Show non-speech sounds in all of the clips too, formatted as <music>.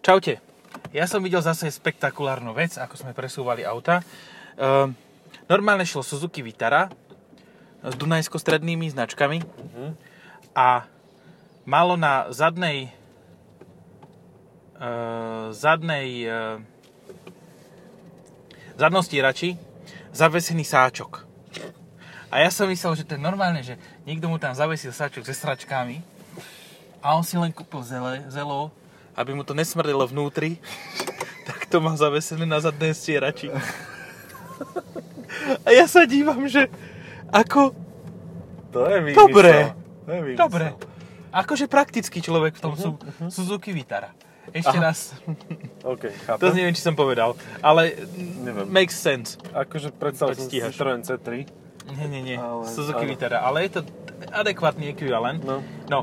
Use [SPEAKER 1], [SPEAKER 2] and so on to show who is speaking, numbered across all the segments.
[SPEAKER 1] Čaute. Ja som videl zase spektakulárnu vec, ako sme presúvali auta. Ehm, normálne šlo Suzuki Vitara s dunajsko-strednými značkami a malo na zadnej e, zadnej e, zadnom stírači zavesený sáčok. A ja som myslel, že to je normálne, že niekto mu tam zavesil sáčok se sračkami a on si len kúpil zele, zelo, aby mu to nesmrdelo vnútri, <laughs> tak to má zavesené na zadné stierači. <laughs> A ja sa dívam, že ako
[SPEAKER 2] To je výmysel.
[SPEAKER 1] Dobre.
[SPEAKER 2] To je výmysel.
[SPEAKER 1] Dobre. Akože praktický človek v tom sú Suzuki Vitara. Ešte
[SPEAKER 2] Mhm, Aha. <laughs>
[SPEAKER 1] raz,
[SPEAKER 2] OK, chápem.
[SPEAKER 1] to neviem, či som povedal, ale
[SPEAKER 2] Neviem.
[SPEAKER 1] Neviem. makes sense.
[SPEAKER 2] Akože predstav som si
[SPEAKER 1] Stíhaš.
[SPEAKER 2] Citroen C3.
[SPEAKER 1] Nie, nie, nie,
[SPEAKER 2] Ale-
[SPEAKER 1] Suzuki
[SPEAKER 2] áno.
[SPEAKER 1] Vitara, ale je to adekvátny ekvivalent.
[SPEAKER 2] No.
[SPEAKER 1] no,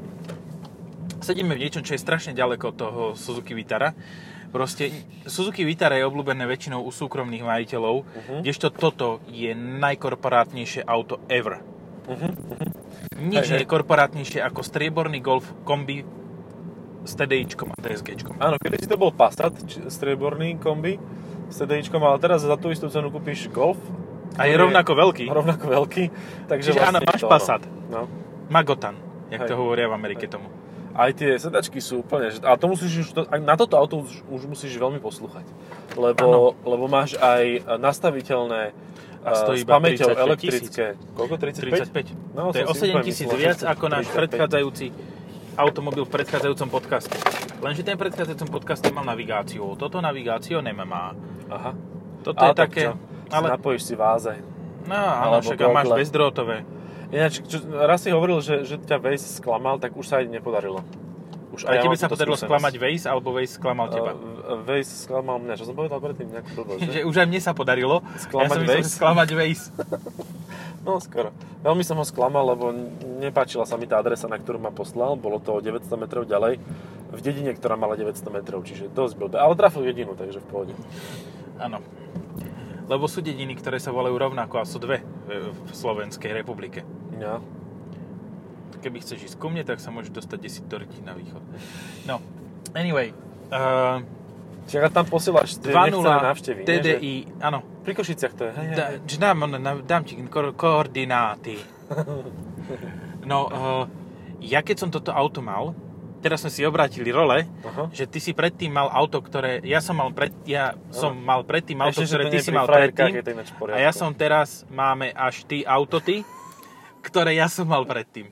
[SPEAKER 1] sedíme v niečom, čo je strašne ďaleko od toho Suzuki Vitara. Proste Suzuki Vitara je obľúbené väčšinou u súkromných majiteľov,
[SPEAKER 2] Mhm.
[SPEAKER 1] uh-huh. kdežto toto je najkorporátnejšie auto ever. Uh-huh. Nič
[SPEAKER 2] Mhm, Hej,
[SPEAKER 1] nie je korporátnejšie ako strieborný Golf kombi s TDIčkom a TSGčkom.
[SPEAKER 2] Áno, kedy si to bol Passat, či, strieborný kombi s CDIčkom, ale teraz za tú istú cenu kúpiš Golf.
[SPEAKER 1] A je
[SPEAKER 2] ktorý
[SPEAKER 1] rovnako veľký.
[SPEAKER 2] Rovnako veľký. Takže
[SPEAKER 1] Čiže áno,
[SPEAKER 2] vlastne je
[SPEAKER 1] máš
[SPEAKER 2] to ono.
[SPEAKER 1] Passat.
[SPEAKER 2] No.
[SPEAKER 1] Magotan, jak
[SPEAKER 2] Hej.
[SPEAKER 1] to hovoria v Amerike tomu.
[SPEAKER 2] Aj tie sedačky sú úplne, že, ale to musíš už, to, aj na toto auto už, už musíš veľmi poslúchať. Lebo, lebo máš aj nastaviteľné
[SPEAKER 1] A stojí
[SPEAKER 2] eh, s
[SPEAKER 1] iba
[SPEAKER 2] pamäťou
[SPEAKER 1] 35 000.
[SPEAKER 2] elektrické. Koľko? 35?
[SPEAKER 1] 35.
[SPEAKER 2] No,
[SPEAKER 1] to je
[SPEAKER 2] som
[SPEAKER 1] o
[SPEAKER 2] si
[SPEAKER 1] 7
[SPEAKER 2] úplne
[SPEAKER 1] tisíc
[SPEAKER 2] myslel, že
[SPEAKER 1] viac
[SPEAKER 2] to-
[SPEAKER 1] ako náš
[SPEAKER 2] 35.
[SPEAKER 1] predchádzajúci automobil v predchádzajúcom podcaste. Lenže ten predchádzajúcom podcaste mal navigáciu. Toto navigáciu nemá.
[SPEAKER 2] Aha.
[SPEAKER 1] Toto je
[SPEAKER 2] Ale
[SPEAKER 1] také...
[SPEAKER 2] čo?
[SPEAKER 1] Ale,
[SPEAKER 2] Ale... Napojíš si váze.
[SPEAKER 1] no, áno,
[SPEAKER 2] alebo
[SPEAKER 1] však a máš
[SPEAKER 2] gogle.
[SPEAKER 1] bezdrôtové.
[SPEAKER 2] Ináč, čo, raz si hovoril, že, že ťa Waze sklamal, tak už sa aj nepodarilo. Už
[SPEAKER 1] A
[SPEAKER 2] ja
[SPEAKER 1] tebe
[SPEAKER 2] mám
[SPEAKER 1] sa
[SPEAKER 2] túto
[SPEAKER 1] podarilo
[SPEAKER 2] skúsenosť.
[SPEAKER 1] sklamať Waze, alebo Waze sklamal teba.
[SPEAKER 2] Uh, Waze sklamal mňa, čo som povedal predtým, nejakú blbosť,
[SPEAKER 1] <laughs> že
[SPEAKER 2] <laughs> že?
[SPEAKER 1] už aj mne sa podarilo. ja
[SPEAKER 2] Sklamať
[SPEAKER 1] som myslel, že
[SPEAKER 2] Waze?
[SPEAKER 1] sklamať Waze.
[SPEAKER 2] No skoro. Veľmi som ho sklamal, lebo n- nepáčila sa mi tá adresa, na ktorú ma poslal. Bolo to o 900 metrov ďalej, v dedine, ktorá mala 900 metrov, čiže dosť blbé. Ale trafil jedinu, takže v pohode.
[SPEAKER 1] Áno. Lebo sú dediny, ktoré sa volajú rovnako a sú dve v v Slovenskej republike.
[SPEAKER 2] Ja.
[SPEAKER 1] keby chceš ísť ku mne, tak sa môžeš dostať 10 tortín na východ. No, anyway, uh,
[SPEAKER 2] Čiže tam posielaš tie
[SPEAKER 1] 2.0
[SPEAKER 2] nechcené návštevy, nie? Že-
[SPEAKER 1] TDI, áno,
[SPEAKER 2] Pri Košiciach to je, hej, hej.
[SPEAKER 1] da, že dám, on- na- dám ti ko- koordináty. No, uh, ja keď som toto auto mal, teraz sme si obrátili role,
[SPEAKER 2] Aha.
[SPEAKER 1] že ty si predtým mal auto, ktoré, ja som mal, pred, ja som mal predtým auto,
[SPEAKER 2] Ešte, No. že
[SPEAKER 1] ktoré
[SPEAKER 2] to
[SPEAKER 1] ty
[SPEAKER 2] nie
[SPEAKER 1] si
[SPEAKER 2] pri
[SPEAKER 1] mal
[SPEAKER 2] frajerkách,
[SPEAKER 1] predtým
[SPEAKER 2] je to ináč v
[SPEAKER 1] a
[SPEAKER 2] poriadku.
[SPEAKER 1] ja som teraz, máme až ty auto ty, ktoré ja som mal predtým.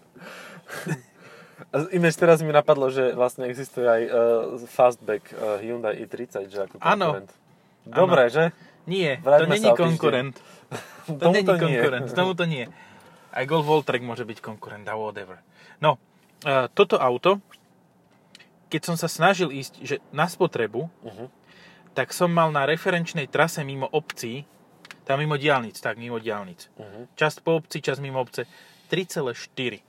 [SPEAKER 2] A Ináč teraz mi napadlo, že vlastne existuje aj uh, fastback uh, Hyundai i30, že ako
[SPEAKER 1] Áno.
[SPEAKER 2] konkurent. Dobre, že?
[SPEAKER 1] Nie, to
[SPEAKER 2] Vráťme sa
[SPEAKER 1] není
[SPEAKER 2] o týždeň.
[SPEAKER 1] konkurent. To
[SPEAKER 2] Tomuto
[SPEAKER 1] není konkurent, tomuto nie. Aj Golf Voltrek môže byť konkurent a whatever. No, e, toto auto, keď som sa snažil ísť že na spotrebu,
[SPEAKER 2] Mhm.
[SPEAKER 1] tak som mal na referenčnej trase mimo obcí, tam mimo diálnic, tak mimo diálnic.
[SPEAKER 2] Mhm.
[SPEAKER 1] Časť po obci, časť mimo obce, 3,4.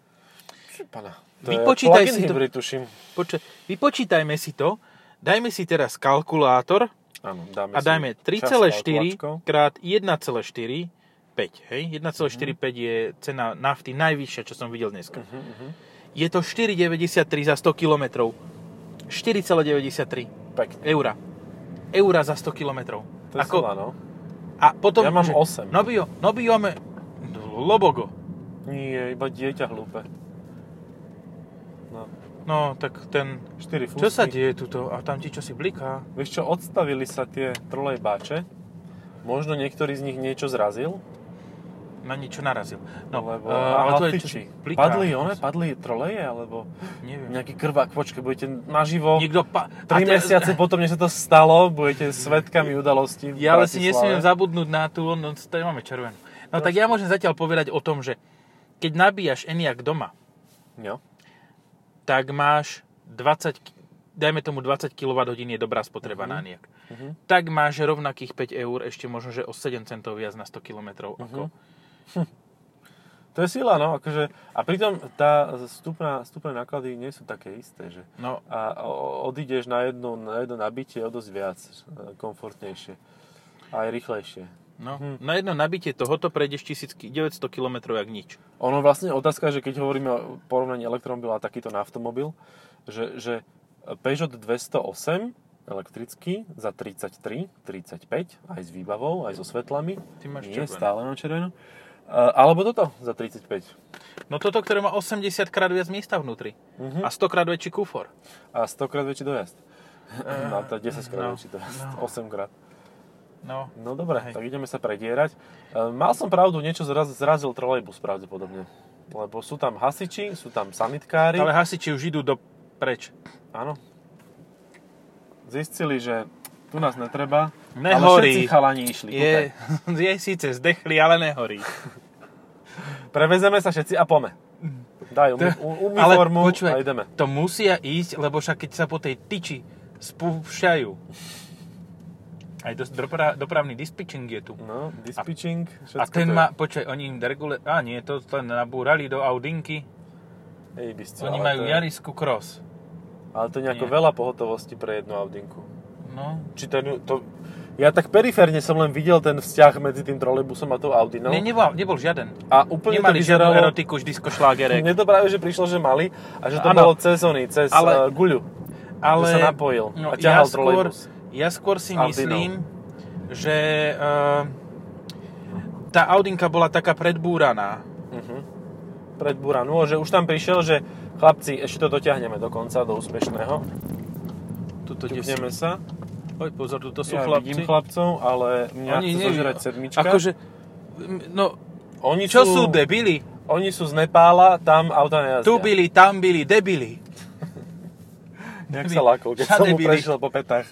[SPEAKER 2] Či Pana, to
[SPEAKER 1] Vypočítaj
[SPEAKER 2] je plug-in
[SPEAKER 1] si to.
[SPEAKER 2] hybrid, tuším.
[SPEAKER 1] Počkaj, vypočítajme si to, dajme si teraz kalkulátor
[SPEAKER 2] Áno,
[SPEAKER 1] a
[SPEAKER 2] dáme si
[SPEAKER 1] dajme
[SPEAKER 2] čas
[SPEAKER 1] 3,4
[SPEAKER 2] kalkulačkou.
[SPEAKER 1] krát 1,45, hej? 1,45 je cena nafty najvyššia, čo som videl dneska.
[SPEAKER 2] Mhm,
[SPEAKER 1] Je to 4,93 za 100 km. 4,93
[SPEAKER 2] Pekne.
[SPEAKER 1] eura. Eura za 100 km.
[SPEAKER 2] To Ako... Sila, no.
[SPEAKER 1] a potom,
[SPEAKER 2] Ja mám
[SPEAKER 1] že-
[SPEAKER 2] 8.
[SPEAKER 1] No bio, no bio me, lobogo.
[SPEAKER 2] Nie, iba dieťa hlúpe. No,
[SPEAKER 1] No, tak ten...
[SPEAKER 2] 4 fúsky.
[SPEAKER 1] Čo sa deje tuto? A tam ti čo si bliká?
[SPEAKER 2] Vieš čo, odstavili sa tie trolejbáče. Možno niektorý z nich niečo zrazil.
[SPEAKER 1] Na niečo narazil. No,
[SPEAKER 2] lebo...
[SPEAKER 1] eh,
[SPEAKER 2] hasiči.
[SPEAKER 1] bliká.
[SPEAKER 2] Padli one? Padli troleje? Alebo
[SPEAKER 1] Neviem.
[SPEAKER 2] nejaký krvák? Počkaj, budete naživo...
[SPEAKER 1] Niekto pa... a
[SPEAKER 2] 3
[SPEAKER 1] te- <laughs>
[SPEAKER 2] mesiace potom, než sa to stalo, budete svetkami udalosti v
[SPEAKER 1] Ja ale si nesmiem
[SPEAKER 2] Bratislave.
[SPEAKER 1] zabudnúť na tú, no tady máme červenú. No tak ja môžem zatiaľ povedať o tom, že keď nabíjaš Eniak doma,
[SPEAKER 2] Jo.
[SPEAKER 1] tak máš 20, k- dajme tomu 20 kWh je dobrá spotreba
[SPEAKER 2] Mhm.
[SPEAKER 1] na Eniak. Tak máš rovnakých 5 eur, ešte možno, že o 7 centov viac na 100
[SPEAKER 2] Mhm.
[SPEAKER 1] km. Ako. Mhm.
[SPEAKER 2] <laughs> To je sila, no, akože, a pritom tá stupná, stupné náklady nie sú také isté, že
[SPEAKER 1] No,
[SPEAKER 2] a o- odídeš na jedno, na jedno nabitie o dosť viac, e, komfortnejšie a aj rýchlejšie.
[SPEAKER 1] no.
[SPEAKER 2] Mhm.
[SPEAKER 1] Na jedno nabitie tohoto prejdeš 1900 km jak nič.
[SPEAKER 2] Ono vlastne otázka, že keď hovoríme o porovnaní elektromobil a takýto naftomobil, že, že Peugeot 208 elektrický za 33, 35, aj s výbavou, aj so svetlami.
[SPEAKER 1] Ty máš
[SPEAKER 2] Nie,
[SPEAKER 1] červenú.
[SPEAKER 2] stále mám červenú. Uh, alebo toto za 35.
[SPEAKER 1] No toto, ktoré má 80 krát viac miesta vnútri.
[SPEAKER 2] Mhm.
[SPEAKER 1] A 100 krát väčší kufor.
[SPEAKER 2] A 100 krát väčší dojazd. no, to je 10 krát
[SPEAKER 1] no,
[SPEAKER 2] väčší dojazd.
[SPEAKER 1] no.
[SPEAKER 2] 8 krát.
[SPEAKER 1] No.
[SPEAKER 2] No dobre,
[SPEAKER 1] Hej.
[SPEAKER 2] tak ideme sa predierať. E, mal som pravdu, niečo zraz, zrazil trolejbus pravdepodobne. Lebo sú tam hasiči, sú tam sanitkári.
[SPEAKER 1] Ale hasiči už idú do preč.
[SPEAKER 2] Áno. Zistili, že tu nás netreba. Ale
[SPEAKER 1] Nehorí.
[SPEAKER 2] všetci chalani išli.
[SPEAKER 1] Je,
[SPEAKER 2] Je...
[SPEAKER 1] je síce zdechli, ale nehorí.
[SPEAKER 2] Prevezeme sa všetci a pome. Daj umi- u-
[SPEAKER 1] Ale
[SPEAKER 2] uniformu a ideme.
[SPEAKER 1] to musia ísť, lebo však keď sa po tej tyči spúšťajú. Aj dos- dopra- dopravný dispečing je tu.
[SPEAKER 2] No, dispatching, všetko
[SPEAKER 1] A ten
[SPEAKER 2] to je.
[SPEAKER 1] má, počkaj, oni im deregule... A nie, to to len nabúrali do Audinky.
[SPEAKER 2] Ej, by ste,
[SPEAKER 1] Oni
[SPEAKER 2] ale
[SPEAKER 1] majú
[SPEAKER 2] to je-
[SPEAKER 1] Jarisku Cross.
[SPEAKER 2] Ale to je nejako
[SPEAKER 1] Nie.
[SPEAKER 2] veľa pohotovosti pre jednu Audinku.
[SPEAKER 1] No.
[SPEAKER 2] Či ten, to, ja tak periférne som len videl ten vzťah medzi tým trolejbusom a tou Audinou.
[SPEAKER 1] Ne, nebol, nebol žiaden.
[SPEAKER 2] A No. úplne
[SPEAKER 1] Nemali
[SPEAKER 2] to
[SPEAKER 1] žiadnu
[SPEAKER 2] vyzeralo...
[SPEAKER 1] erotiku, už disko šlágerek.
[SPEAKER 2] Mne to práve, že prišlo, že mali a že to
[SPEAKER 1] Áno.
[SPEAKER 2] bolo cez ony, cez
[SPEAKER 1] Ale-
[SPEAKER 2] ale, guľu.
[SPEAKER 1] ale
[SPEAKER 2] sa napojil a ťahal trolejbus.
[SPEAKER 1] Ja skôr si
[SPEAKER 2] Audinou.
[SPEAKER 1] myslím, že uh, tá Audinka bola taká predbúraná.
[SPEAKER 2] Pred Buranu, že už tam prišiel, že chlapci, ešte to dotiahneme do konca, do úspešného.
[SPEAKER 1] Tuto kde si...
[SPEAKER 2] Ťukneme sa.
[SPEAKER 1] Oj, pozor, tuto sú
[SPEAKER 2] ja
[SPEAKER 1] chlapci.
[SPEAKER 2] vidím chlapcov, ale mňa Oni chce
[SPEAKER 1] nevie-
[SPEAKER 2] zožrať sedmička.
[SPEAKER 1] Akože, m, no,
[SPEAKER 2] Oni
[SPEAKER 1] čo sú debili?
[SPEAKER 2] Oni sú z Nepála, tam auta nejazdia.
[SPEAKER 1] Tu byli, tam byli, debili.
[SPEAKER 2] Jak sa lákol, keď som
[SPEAKER 1] Všade
[SPEAKER 2] mu
[SPEAKER 1] byli.
[SPEAKER 2] prešiel po petách.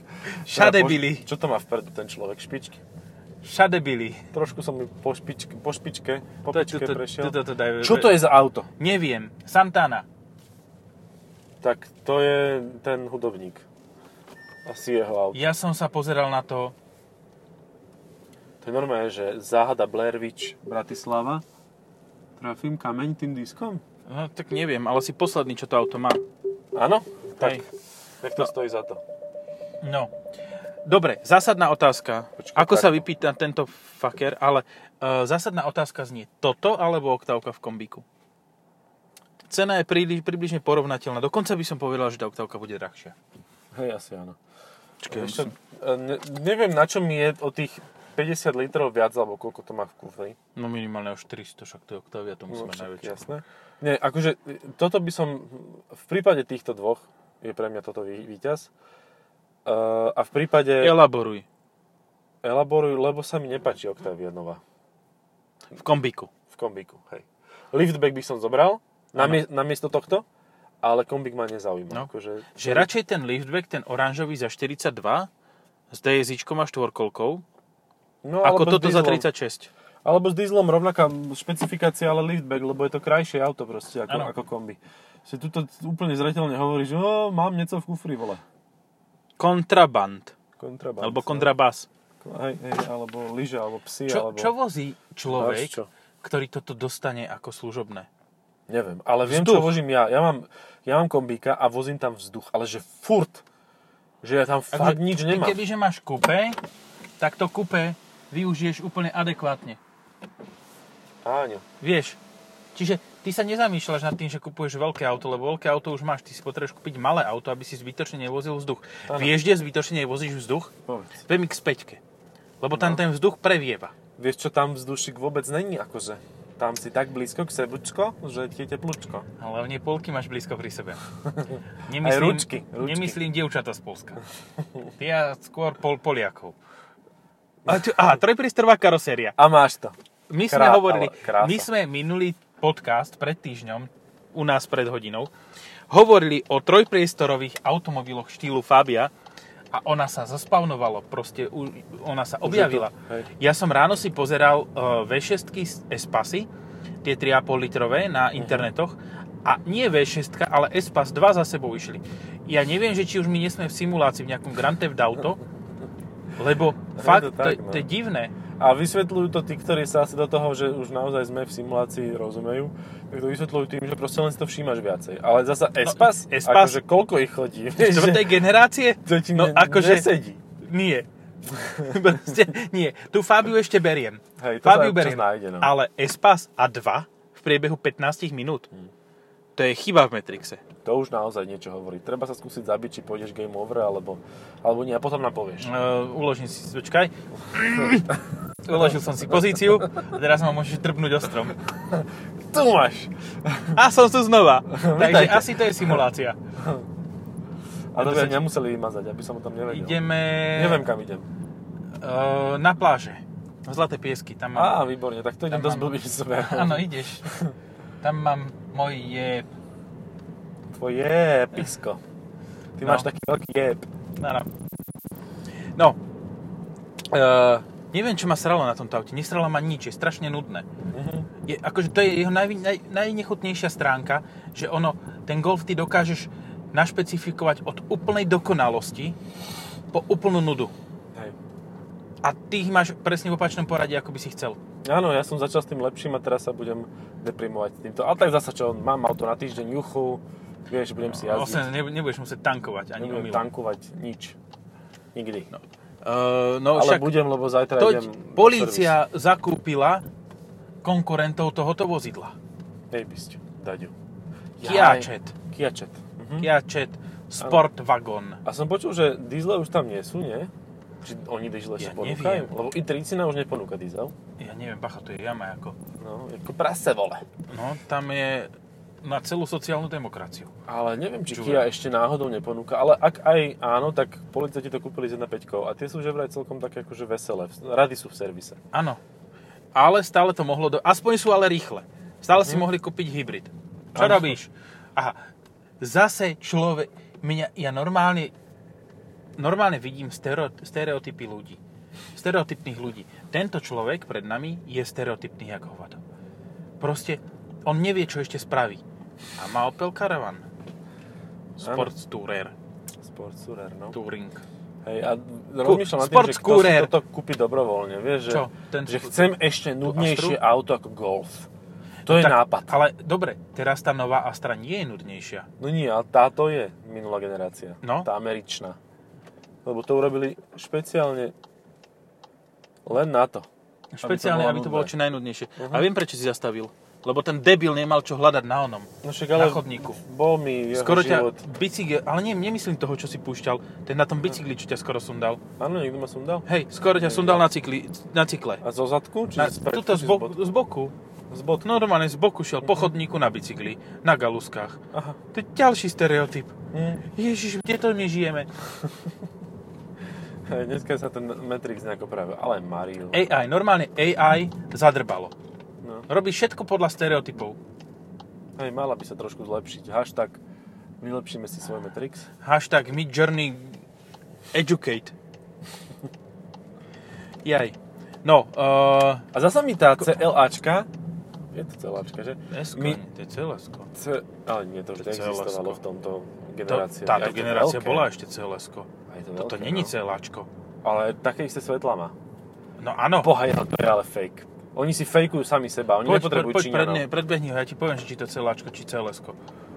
[SPEAKER 1] Všade
[SPEAKER 2] Teda po-
[SPEAKER 1] byli.
[SPEAKER 2] Čo to má vpredu ten človek? Špičky.
[SPEAKER 1] Všade byli.
[SPEAKER 2] Trošku som mi po špičke, po špičke, po
[SPEAKER 1] To-
[SPEAKER 2] pečke
[SPEAKER 1] to- to-
[SPEAKER 2] prešiel.
[SPEAKER 1] to- to- to daj-
[SPEAKER 2] Čo to je za auto?
[SPEAKER 1] Neviem. Santana.
[SPEAKER 2] Tak to je ten hudobník. Asi jeho auto.
[SPEAKER 1] Ja som sa pozeral na to.
[SPEAKER 2] To je normálne, že záhada Blair Witch Bratislava. Trafím kameň tým diskom?
[SPEAKER 1] No, tak neviem, ale si posledný, čo to auto má.
[SPEAKER 2] Áno?
[SPEAKER 1] Hej.
[SPEAKER 2] Tak, tak to stojí za to.
[SPEAKER 1] No. Dobre, zásadná otázka.
[SPEAKER 2] Počkaj,
[SPEAKER 1] Ako
[SPEAKER 2] tak.
[SPEAKER 1] sa vypýta tento fucker, ale e, zásadná otázka znie toto alebo oktávka v kombíku? Cena je príliš, približne porovnateľná. Dokonca by som povedal, že tá oktávka bude drahšia.
[SPEAKER 2] Hej, asi áno.
[SPEAKER 1] Čakaj,
[SPEAKER 2] Ešte, e, ne, neviem, na čom je o tých 50 litrov viac, alebo koľko to má v kufri.
[SPEAKER 1] No minimálne až 400, však to je oktávia, to musíme
[SPEAKER 2] No, však
[SPEAKER 1] najväčšie.
[SPEAKER 2] Jasné. Nie, akože toto by som, v prípade týchto dvoch je pre mňa toto vý- víťaz. Uh, a v prípade
[SPEAKER 1] Elaboruj.
[SPEAKER 2] Elaboruj, lebo sa mi nepáči Octavia nová
[SPEAKER 1] V kombíku.
[SPEAKER 2] v kombíku. Hej. Liftback by som zobral na, mie- na miesto tohto, ale kombík ma nezaujíma.
[SPEAKER 1] No.
[SPEAKER 2] Akože,
[SPEAKER 1] Že radšej ten liftback, ten oranžový za 42 s DSIčkom a štvorkolkou,
[SPEAKER 2] no,
[SPEAKER 1] ako
[SPEAKER 2] alebo s
[SPEAKER 1] toto za
[SPEAKER 2] dieselom.
[SPEAKER 1] 36.
[SPEAKER 2] Alebo s dieselom rovnaká špecifikácia, ale liftback, lebo je to krajšie auto proste, ako,
[SPEAKER 1] Áno.
[SPEAKER 2] ako kombi. Si tuto úplne zreteľne hovorí, že "Ó, mám niečo v kufri, vole.
[SPEAKER 1] Kontraband.
[SPEAKER 2] Kontraband.
[SPEAKER 1] Alebo
[SPEAKER 2] no.
[SPEAKER 1] kontrabas.
[SPEAKER 2] Hej, hej, alebo lyže, alebo psy,
[SPEAKER 1] Čo,
[SPEAKER 2] alebo...
[SPEAKER 1] čo vozí človek,
[SPEAKER 2] Dáš čo?
[SPEAKER 1] ktorý toto dostane ako služobné?
[SPEAKER 2] Neviem, ale viem,
[SPEAKER 1] Vzduch.
[SPEAKER 2] čo vozím ja. Ja mám, ja mám kombíka a vozím tam vzduch, ale že furt, že ja tam fakt nič
[SPEAKER 1] ty
[SPEAKER 2] nemám.
[SPEAKER 1] Kebyže máš kupé, tak to kupé využiješ úplne adekvátne.
[SPEAKER 2] Áňo.
[SPEAKER 1] Vieš, čiže ty sa nezamýšľaš nad tým, že kupuješ veľké auto, lebo veľké auto už máš, ty si potrebuješ kúpiť malé auto, aby si zbytočne nevozil vzduch.
[SPEAKER 2] Áno.
[SPEAKER 1] Vieš, kde zbytočne nevozíš vzduch?
[SPEAKER 2] Povedz.
[SPEAKER 1] V MX-5. Lebo tam ten vzduch previeva.
[SPEAKER 2] Vieš, čo tam vzdušik vôbec není, akože? Tam si tak blízko k sebučko, že ti je teplúčko.
[SPEAKER 1] Ale hlavne polky máš blízko pri sebe.
[SPEAKER 2] ručky, ručky.
[SPEAKER 1] Nemyslím dievčata z Polska. Ty ja skôr pol Poliakov. A, čo, aha, trojpriestorová karoséria.
[SPEAKER 2] A máš to.
[SPEAKER 1] My sme
[SPEAKER 2] Krá-
[SPEAKER 1] hovorili,
[SPEAKER 2] ale krása.
[SPEAKER 1] my sme minulý podcast pred týždňom, u nás pred hodinou, hovorili o trojpriestorových automobiloch štýlu Fabia a ona sa zaspavnovalo, proste u- ona sa objavila.
[SPEAKER 2] hej.
[SPEAKER 1] Ja som ráno si pozeral uh, V6 z Espasy, tie 3,5 litrové
[SPEAKER 2] Mhm.
[SPEAKER 1] na internetoch a nie V6, ale Espas 2 za sebou išli. Ja neviem, že či už my nie sme v simulácii v nejakom Grand Theft Auto, lebo fakt, to,
[SPEAKER 2] tak,
[SPEAKER 1] je- to je
[SPEAKER 2] no.
[SPEAKER 1] divné.
[SPEAKER 2] A vysvetľujú to tí, ktorí sa asi do toho, že už naozaj sme v simulácii, rozumejú, tak to vysvetľujú tým, že proste len si to všímaš viacej. Ale
[SPEAKER 1] No,
[SPEAKER 2] zasa Espas,
[SPEAKER 1] Espas-
[SPEAKER 2] akože koľko ich chodí?
[SPEAKER 1] Štvrtej
[SPEAKER 2] Že-
[SPEAKER 1] generácie?
[SPEAKER 2] To ti
[SPEAKER 1] No
[SPEAKER 2] ne-
[SPEAKER 1] akože
[SPEAKER 2] nesedí.
[SPEAKER 1] nie. <laughs> Proste nie. Tu Fabiu ešte beriem.
[SPEAKER 2] Hej, to sa
[SPEAKER 1] Fabiu
[SPEAKER 2] občas nájde, no. Hm.
[SPEAKER 1] Ale Espas a 2 v priebehu 15 minút. To je chyba v Matrixe.
[SPEAKER 2] To už naozaj niečo hovorí. Treba sa skúsiť zabiť, či pôjdeš game over, alebo, alebo nie. A potom nám povieš.
[SPEAKER 1] Uh, uložím si, počkaj. Uložil som si pozíciu a teraz ma môžeš trpnúť o strom.
[SPEAKER 2] Tu máš!
[SPEAKER 1] A som tu znova. Takže
[SPEAKER 2] Vítajte.
[SPEAKER 1] asi to je simulácia.
[SPEAKER 2] A to
[SPEAKER 1] to
[SPEAKER 2] sme
[SPEAKER 1] sa-
[SPEAKER 2] nemuseli vymazať, aby som o tom nevedel.
[SPEAKER 1] Ideme
[SPEAKER 2] Neviem, kam idem.
[SPEAKER 1] uh, na pláže. Zlaté piesky, tam mám...
[SPEAKER 2] Á, výborne, tak to
[SPEAKER 1] Mm.
[SPEAKER 2] idem
[SPEAKER 1] Tam
[SPEAKER 2] dosť
[SPEAKER 1] mám-
[SPEAKER 2] blbý smer.
[SPEAKER 1] Áno, ideš. Tam mám môj jeb.
[SPEAKER 2] Tvoje pisko. Ty
[SPEAKER 1] No.
[SPEAKER 2] máš taký veľký jeb.
[SPEAKER 1] Áno. No. Uh, neviem, čo ma sralo na tomto aute. Nesralo ma nič, je strašne nudné.
[SPEAKER 2] Mhm.
[SPEAKER 1] Je, akože to je jeho naj, naj, najnechutnejšia stránka, že ono, ten golf ty dokážeš našpecifikovať od úplnej dokonalosti po úplnú nudu.
[SPEAKER 2] Hej.
[SPEAKER 1] A ty ich máš presne v opačnom poradí, ako by si chcel.
[SPEAKER 2] Áno, ja som začal s tým lepším a teraz sa budem deprimovať s týmto. Ale tak zasa čo, mám auto na týždeň juchu, vieš, budem si jazdiť.
[SPEAKER 1] Vlastne ne, nebudeš musieť tankovať ani
[SPEAKER 2] Nebudem
[SPEAKER 1] omylom.
[SPEAKER 2] tankovať nič. Nikdy. No,
[SPEAKER 1] Uh, no však
[SPEAKER 2] Ale budem, lebo zajtra
[SPEAKER 1] to
[SPEAKER 2] idem... do
[SPEAKER 1] polícia zakúpila konkurentov tohoto vozidla.
[SPEAKER 2] servisu. Hej, bysť, Daďo.
[SPEAKER 1] Kia
[SPEAKER 2] Jaj.
[SPEAKER 1] Ceed.
[SPEAKER 2] Kia Ceed. Mhm.
[SPEAKER 1] Kia Ceed Sportwagon.
[SPEAKER 2] A som počul, že diesle už tam nie sú, nie? Či oni diesle
[SPEAKER 1] Ja
[SPEAKER 2] ešte ponúkajú?
[SPEAKER 1] neviem.
[SPEAKER 2] Lebo i 30 už neponúka diesel.
[SPEAKER 1] Ja neviem, bacha, to je jama ako.
[SPEAKER 2] No, ako prase, vole.
[SPEAKER 1] No, tam je na celú sociálnu demokraciu.
[SPEAKER 2] Ale neviem, či
[SPEAKER 1] Čo
[SPEAKER 2] Kia ešte náhodou neponúka, ale ak aj áno, tak policajti to kúpili s 1.5 a tie sú že vraj celkom také akože veselé. Rady sú v servise.
[SPEAKER 1] Áno. Ale stále to mohlo... Do... Aspoň sú ale rýchle. Stále
[SPEAKER 2] Mhm.
[SPEAKER 1] si mohli kúpiť hybrid. Čo
[SPEAKER 2] Áno.
[SPEAKER 1] robíš? Aha. Zase človek... Mňa, ja normálne... Normálne vidím stereo, stereotypy ľudí. Stereotypných ľudí. Tento človek pred nami je stereotypný ako hovado. Proste on nevie, čo ešte spraví. A má Opel Caravan. Sports Tourer.
[SPEAKER 2] Sport Surer, no.
[SPEAKER 1] Touring.
[SPEAKER 2] Hej, a rozmýšľam nad tým,
[SPEAKER 1] Sport
[SPEAKER 2] že kto si
[SPEAKER 1] Courier.
[SPEAKER 2] toto kúpi dobrovoľne, vieš, že,
[SPEAKER 1] Čo? Ten-
[SPEAKER 2] že chcem ešte nudnejšie
[SPEAKER 1] Astru? No
[SPEAKER 2] auto ako Golf. To je nápad.
[SPEAKER 1] Ale dobre, teraz tá nová Astra nie je nudnejšia.
[SPEAKER 2] No nie, ale táto je minulá generácia.
[SPEAKER 1] No.
[SPEAKER 2] Tá američná. Lebo to urobili špeciálne len na to.
[SPEAKER 1] Špeciálne, aby to bolo,
[SPEAKER 2] nudné. Mhm.
[SPEAKER 1] čo najnudnejšie. A viem, prečo si zastavil. Lebo ten debil nemal čo hľadať na onom.
[SPEAKER 2] No však
[SPEAKER 1] Na
[SPEAKER 2] ale
[SPEAKER 1] chodníku.
[SPEAKER 2] bol mi jeho
[SPEAKER 1] Skoro ťa
[SPEAKER 2] život. Mhm.
[SPEAKER 1] bicykel, ale nie, nemyslím toho, čo si púšťal. Ten na tom bicykli, čo ťa skoro sundal.
[SPEAKER 2] Áno, niekto ma sundal.
[SPEAKER 1] Hej, skoro ťa sundal na, cykli, na cykle.
[SPEAKER 2] A zo zadku? Či
[SPEAKER 1] Na,
[SPEAKER 2] z predku,
[SPEAKER 1] tuto
[SPEAKER 2] či
[SPEAKER 1] z, bok, z boku.
[SPEAKER 2] Z bodku.
[SPEAKER 1] No normálne z boku šiel po chodníku na bicykli. Na galuskách.
[SPEAKER 2] Aha.
[SPEAKER 1] To je ďalší stereotyp.
[SPEAKER 2] Hm.
[SPEAKER 1] Ježiš, kde to my žijeme?
[SPEAKER 2] Hej, Dneska sa ten Matrix nejako pravil. Ale Mario.
[SPEAKER 1] AI, normálne AI zadrbalo.
[SPEAKER 2] No.
[SPEAKER 1] Robí všetko podľa stereotypov.
[SPEAKER 2] Hej, mala by sa trošku zlepšiť. Hashtag vylepšíme si svoj Matrix.
[SPEAKER 1] Hashtag Midjourney Educate. Jaj. No, uh,
[SPEAKER 2] A zasa mi tá CLAčka, je to CLAčka, že?
[SPEAKER 1] My...
[SPEAKER 2] Mi,
[SPEAKER 1] to je celesko.
[SPEAKER 2] C, ale nie, to
[SPEAKER 1] To
[SPEAKER 2] už
[SPEAKER 1] je
[SPEAKER 2] existovalo
[SPEAKER 1] CLačko.
[SPEAKER 2] v tomto
[SPEAKER 1] To,
[SPEAKER 2] generácii.
[SPEAKER 1] táto
[SPEAKER 2] Aj to
[SPEAKER 1] generácia
[SPEAKER 2] veľké.
[SPEAKER 1] bola ešte celesko.
[SPEAKER 2] Aj to
[SPEAKER 1] Toto
[SPEAKER 2] veľké,
[SPEAKER 1] není
[SPEAKER 2] no.
[SPEAKER 1] celáčko.
[SPEAKER 2] Ale také isté svetla má.
[SPEAKER 1] No áno.
[SPEAKER 2] Boha, ja, to je ale fake. Oni si fejkujú sami seba, oni
[SPEAKER 1] poď, poď,
[SPEAKER 2] nepotrebujú
[SPEAKER 1] poď
[SPEAKER 2] Číňanov.
[SPEAKER 1] predne, predbehni ho, ja ti poviem, že či to celáčko, či celesko.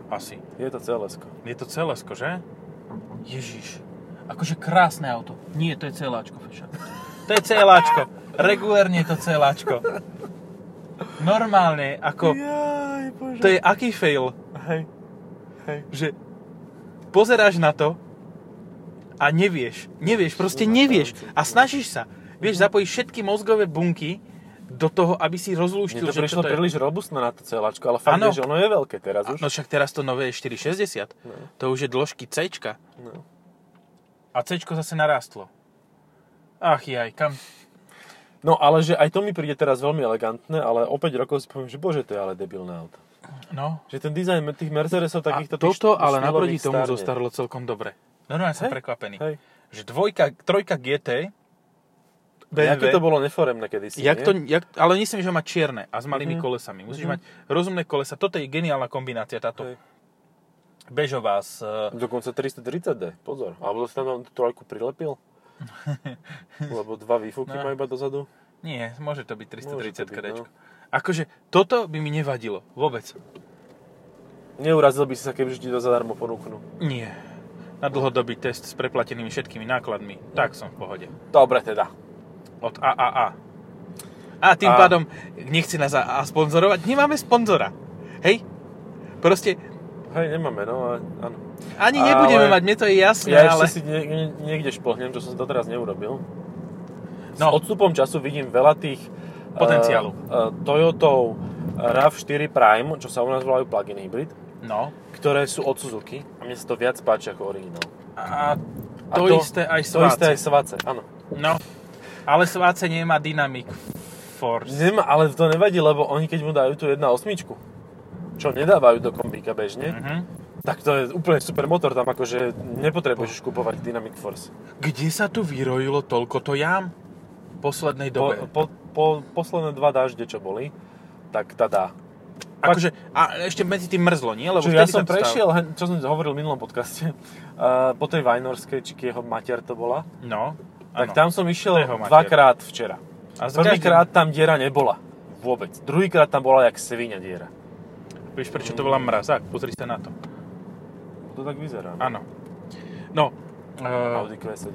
[SPEAKER 1] Asi.
[SPEAKER 2] Je to CLS.
[SPEAKER 1] Je to celesko, že? Ježiš. Akože krásne auto. Nie, to je celáčko, Feša. To je celáčko. Regulérne je to celáčko. Normálne, ako...
[SPEAKER 2] Jaj, bože.
[SPEAKER 1] To je aký fail?
[SPEAKER 2] Hej. Hej.
[SPEAKER 1] že pozeráš na to a nevieš. Nevieš, proste nevieš. A snažíš sa.
[SPEAKER 2] Mhm.
[SPEAKER 1] Vieš, zapojíš všetky mozgové bunky do toho, aby si rozlúštil,
[SPEAKER 2] Mne to
[SPEAKER 1] že čo
[SPEAKER 2] prišlo
[SPEAKER 1] to
[SPEAKER 2] príliš robustné na to celáčko, ale fakt
[SPEAKER 1] Áno.
[SPEAKER 2] je, že ono je veľké teraz
[SPEAKER 1] je.
[SPEAKER 2] už.
[SPEAKER 1] No však teraz to nové je 460. To už je dĺžky C.
[SPEAKER 2] No.
[SPEAKER 1] A C zase narástlo. Ach jaj, kam?
[SPEAKER 2] no ale že aj to mi príde teraz veľmi elegantné, ale o 5 rokov si poviem, že bože, to je ale debilné auto.
[SPEAKER 1] No.
[SPEAKER 2] Že ten dizajn tých Mercedesov
[SPEAKER 1] A
[SPEAKER 2] takýchto... tých
[SPEAKER 1] toto
[SPEAKER 2] št-
[SPEAKER 1] ale
[SPEAKER 2] štýlových
[SPEAKER 1] naproti tomu
[SPEAKER 2] starne.
[SPEAKER 1] zostarlo celkom dobre. Normálne som
[SPEAKER 2] Hej,
[SPEAKER 1] prekvapený.
[SPEAKER 2] Hej.
[SPEAKER 1] Že dvojka, trojka GT, BMW,
[SPEAKER 2] Jaké to bolo neforemné kedysi,
[SPEAKER 1] Jak
[SPEAKER 2] nie?
[SPEAKER 1] to, jak, ale myslím, že má čierne a s malými
[SPEAKER 2] Mhm.
[SPEAKER 1] mm-hmm. kolesami. Musíš
[SPEAKER 2] Mhm.
[SPEAKER 1] mm-hmm. mať rozumné kolesa. Toto je geniálna kombinácia, táto
[SPEAKER 2] Hej.
[SPEAKER 1] bežová s... e,
[SPEAKER 2] Dokonca 330D, pozor. Alebo si tam trojku
[SPEAKER 1] <laughs>
[SPEAKER 2] prilepil? Lebo dva výfuky
[SPEAKER 1] No.
[SPEAKER 2] má iba dozadu.
[SPEAKER 1] Nie, môže to byť
[SPEAKER 2] Môže
[SPEAKER 1] 330
[SPEAKER 2] to byť, no.
[SPEAKER 1] krečko. Akože toto by mi nevadilo. Vôbec.
[SPEAKER 2] Neurazil by si sa, kebyže ti to zadarmo ponúknú.
[SPEAKER 1] Nie. Na dlhodobý test s preplatenými všetkými nákladmi. Tak som v pohode.
[SPEAKER 2] Dobre teda.
[SPEAKER 1] Od AAA. A tým
[SPEAKER 2] A-
[SPEAKER 1] pádom nechci nás a, a sponzorovať. Nemáme sponzora. Hej? Proste
[SPEAKER 2] Hej, nemáme, no a áno.
[SPEAKER 1] Ani nebudeme
[SPEAKER 2] Ale-
[SPEAKER 1] mať, mne to je jasné,
[SPEAKER 2] Ja
[SPEAKER 1] ale...
[SPEAKER 2] ešte si nie, nie, niekde šplhnem, čo som doteraz neurobil. No.
[SPEAKER 1] No.
[SPEAKER 2] S odstupom času vidím veľa tých
[SPEAKER 1] Potenciálu.
[SPEAKER 2] Uh, uh, Toyotov RAV4 Prime, čo sa u nás volajú plug-in hybrid,
[SPEAKER 1] No.
[SPEAKER 2] ktoré sú od Suzuki a mne sa to viac páči ako originál.
[SPEAKER 1] A
[SPEAKER 2] A
[SPEAKER 1] to, isté aj
[SPEAKER 2] To
[SPEAKER 1] sváce.
[SPEAKER 2] isté aj svace, áno.
[SPEAKER 1] No. Ale sváce nemá dynamic force.
[SPEAKER 2] Nemá, ale to nevadí, lebo oni keď mu dajú tú 1.8, čo nedávajú do kombíka bežne,
[SPEAKER 1] Mhm.
[SPEAKER 2] tak to je úplne super motor, tam akože nepotrebuješ kupovať Dynamic Force.
[SPEAKER 1] Kde sa tu vyrojilo toľko to jam? V poslednej
[SPEAKER 2] Po,
[SPEAKER 1] dobe.
[SPEAKER 2] po, po posledné dva dažde, čo boli, tak tá dá.
[SPEAKER 1] akože, a ešte medzi tým mrzlo, nie? Lebo
[SPEAKER 2] Čiže
[SPEAKER 1] vtedy
[SPEAKER 2] ja
[SPEAKER 1] sa
[SPEAKER 2] som
[SPEAKER 1] to stalo.
[SPEAKER 2] prešiel, hen- čo som hovoril v minulom podcaste, <laughs> uh, po tej Vajnorskej, či jeho mater to bola,
[SPEAKER 1] No.
[SPEAKER 2] tak
[SPEAKER 1] áno.
[SPEAKER 2] tam som išiel
[SPEAKER 1] Jeho mater.
[SPEAKER 2] dvakrát včera.
[SPEAKER 1] A s
[SPEAKER 2] Prvýkrát tam diera nebola. Vôbec. Druhýkrát tam bola jak svinia diera.
[SPEAKER 1] každým- Vieš, prečo to volám mrazák? Pozri sa na to.
[SPEAKER 2] To tak vyzerá. no.
[SPEAKER 1] Áno. No, e,
[SPEAKER 2] Audi Q7.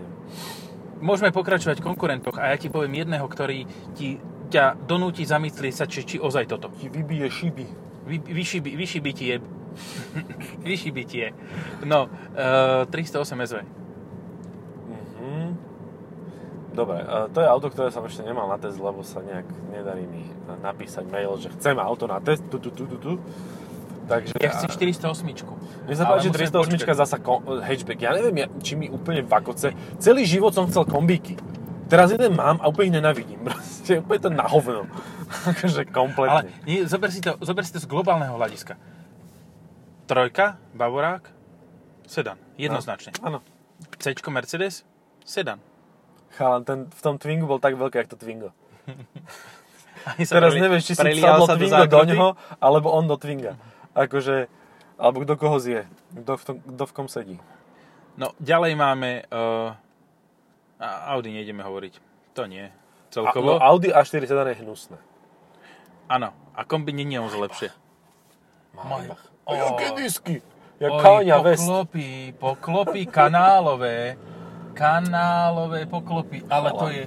[SPEAKER 1] môžeme pokračovať v konkurentoch a ja ti poviem jedného, ktorý ti ťa donúti zamyslieť sa, či, či ozaj toto.
[SPEAKER 2] Ti vybije šiby.
[SPEAKER 1] Vy, vyšibi, vyšibitie. vyšibitie. No, e, 308 SV.
[SPEAKER 2] Mhm. Dobre, e, to je auto, ktoré som ešte nemal na test, lebo sa nejak nedarí mi napísať mail, že chcem auto na test, tu, tu, tu, tu, tu. Takže
[SPEAKER 1] Ja chcem 408.
[SPEAKER 2] mne sa
[SPEAKER 1] ale
[SPEAKER 2] páči, že
[SPEAKER 1] musím
[SPEAKER 2] 308
[SPEAKER 1] počkať.
[SPEAKER 2] zasa ko- hatchback. Ja neviem, ja, či mi úplne vakoce. Celý život som chcel kombíky. Teraz jeden mám a úplne ich nenavidím. <laughs> Proste úplne to na hovno. <laughs> Akože
[SPEAKER 1] Ale
[SPEAKER 2] kompletne.
[SPEAKER 1] nie, zober, si to, zober si to z globálneho hľadiska. Trojka, Bavorák, sedan. Jednoznačne.
[SPEAKER 2] Áno.
[SPEAKER 1] C Mercedes, sedan.
[SPEAKER 2] Chalan, ten, v tom Twingu bol tak veľký, jak to Twingo.
[SPEAKER 1] Aj sa
[SPEAKER 2] Teraz
[SPEAKER 1] preli-
[SPEAKER 2] nevieš, či si
[SPEAKER 1] prelial
[SPEAKER 2] sadlo
[SPEAKER 1] sa do
[SPEAKER 2] Twingo do,
[SPEAKER 1] zákruty.
[SPEAKER 2] ňoho, alebo on do Twinga. Akože, alebo kto koho zje. Kto v, tom, kto v kom sedí.
[SPEAKER 1] No, ďalej máme... Uh, a Audi nejdeme hovoriť. To nie.
[SPEAKER 2] A, no,
[SPEAKER 1] Celkovo.
[SPEAKER 2] Audi A4 sedan je hnusné.
[SPEAKER 1] Áno. A kombi nie je o lepšie. Maybach.
[SPEAKER 2] Oj, Jaké disky! Ja
[SPEAKER 1] Oj,
[SPEAKER 2] Káňa West.
[SPEAKER 1] poklopy, poklopy kanálové. Kanálové poklopy. Ale to je...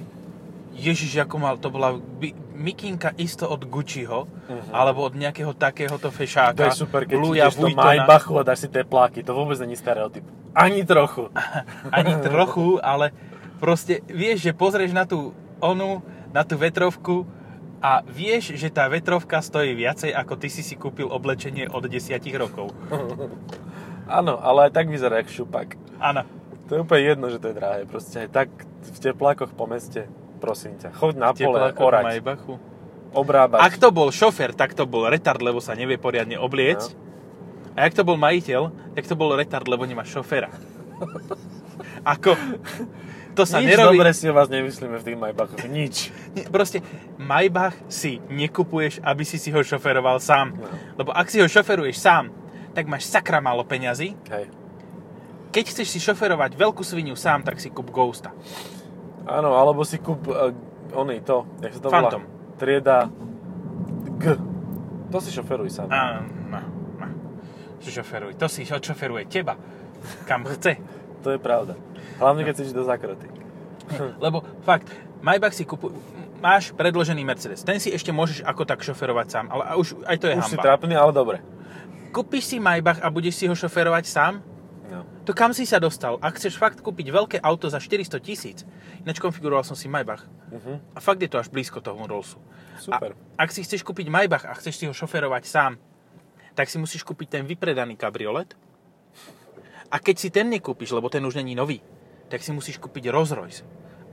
[SPEAKER 1] Ježiš, ako mal, to bola bi- mikinka isto od Gucciho, alebo od nejakého takéhoto fešáka.
[SPEAKER 2] Mhm. To je super, keď
[SPEAKER 1] Blue
[SPEAKER 2] ideš do
[SPEAKER 1] Vuittona.
[SPEAKER 2] Maybachu a dáš si tepláky. To vôbec není stereotyp. Ani trochu.
[SPEAKER 1] Ani trochu, ale proste vieš, že pozrieš na tú onu, na tú vetrovku a vieš, že tá vetrovka stojí viacej, ako ty si si kúpil oblečenie od 10 rokov.
[SPEAKER 2] Áno, ale aj tak vyzerá jak šupak.
[SPEAKER 1] Áno.
[SPEAKER 2] To je úplne jedno, že to je drahé. Proste aj tak v teplákoch po meste, prosím ťa, choď na pole,
[SPEAKER 1] Tepláko v
[SPEAKER 2] orať,
[SPEAKER 1] Maybachu.
[SPEAKER 2] obrábať.
[SPEAKER 1] Ak to bol šofer, tak to bol retard, lebo sa nevie poriadne obliec.
[SPEAKER 2] No.
[SPEAKER 1] A ak to bol majiteľ, tak to bol retard, lebo nemá šoféra. Ako? To sa
[SPEAKER 2] Nič
[SPEAKER 1] nerobí.
[SPEAKER 2] dobre si o vás nemyslíme v tých Maybachoch. Nič.
[SPEAKER 1] Nie, Proste Maybach si nekupuješ, aby si si ho šoferoval sám.
[SPEAKER 2] No.
[SPEAKER 1] Lebo ak si ho šoferuješ sám, tak máš sakra málo peňazí.
[SPEAKER 2] Hej.
[SPEAKER 1] Keď chceš si šoferovať veľkú svinu sám, tak si kúp Ghosta.
[SPEAKER 2] Áno, alebo si kúp uh, oný to, jak sa to
[SPEAKER 1] Phantom.
[SPEAKER 2] volá? Trieda G. To si šoferuj sám.
[SPEAKER 1] A, ma, ma. Šoferuj. To si odšoferuje teba, kam chce.
[SPEAKER 2] To je pravda. Hlavne, keď si ideš do zakroty.
[SPEAKER 1] Lebo fakt, Maybach si kupuj... Máš predložený Mercedes. Ten si ešte môžeš ako tak šoferovať sám, ale už aj to je
[SPEAKER 2] Už si
[SPEAKER 1] hamba.
[SPEAKER 2] trápny, ale dobre.
[SPEAKER 1] Kúpiš si Maybach a budeš si ho šoferovať sám?
[SPEAKER 2] No.
[SPEAKER 1] To kam si sa dostal? Ak chceš fakt kúpiť veľké auto za 400 tisíc, ináč konfiguroval som si Maybach.
[SPEAKER 2] Mhm.
[SPEAKER 1] A fakt je to až blízko tomu Rollsu.
[SPEAKER 2] Super.
[SPEAKER 1] A, ak si chceš kúpiť Maybach a chceš si ho šoferovať sám, tak si musíš kúpiť ten vypredaný kabriolet. A keď si ten nekúpiš, lebo ten už není nový, tak si musíš kúpiť Rolls Royce.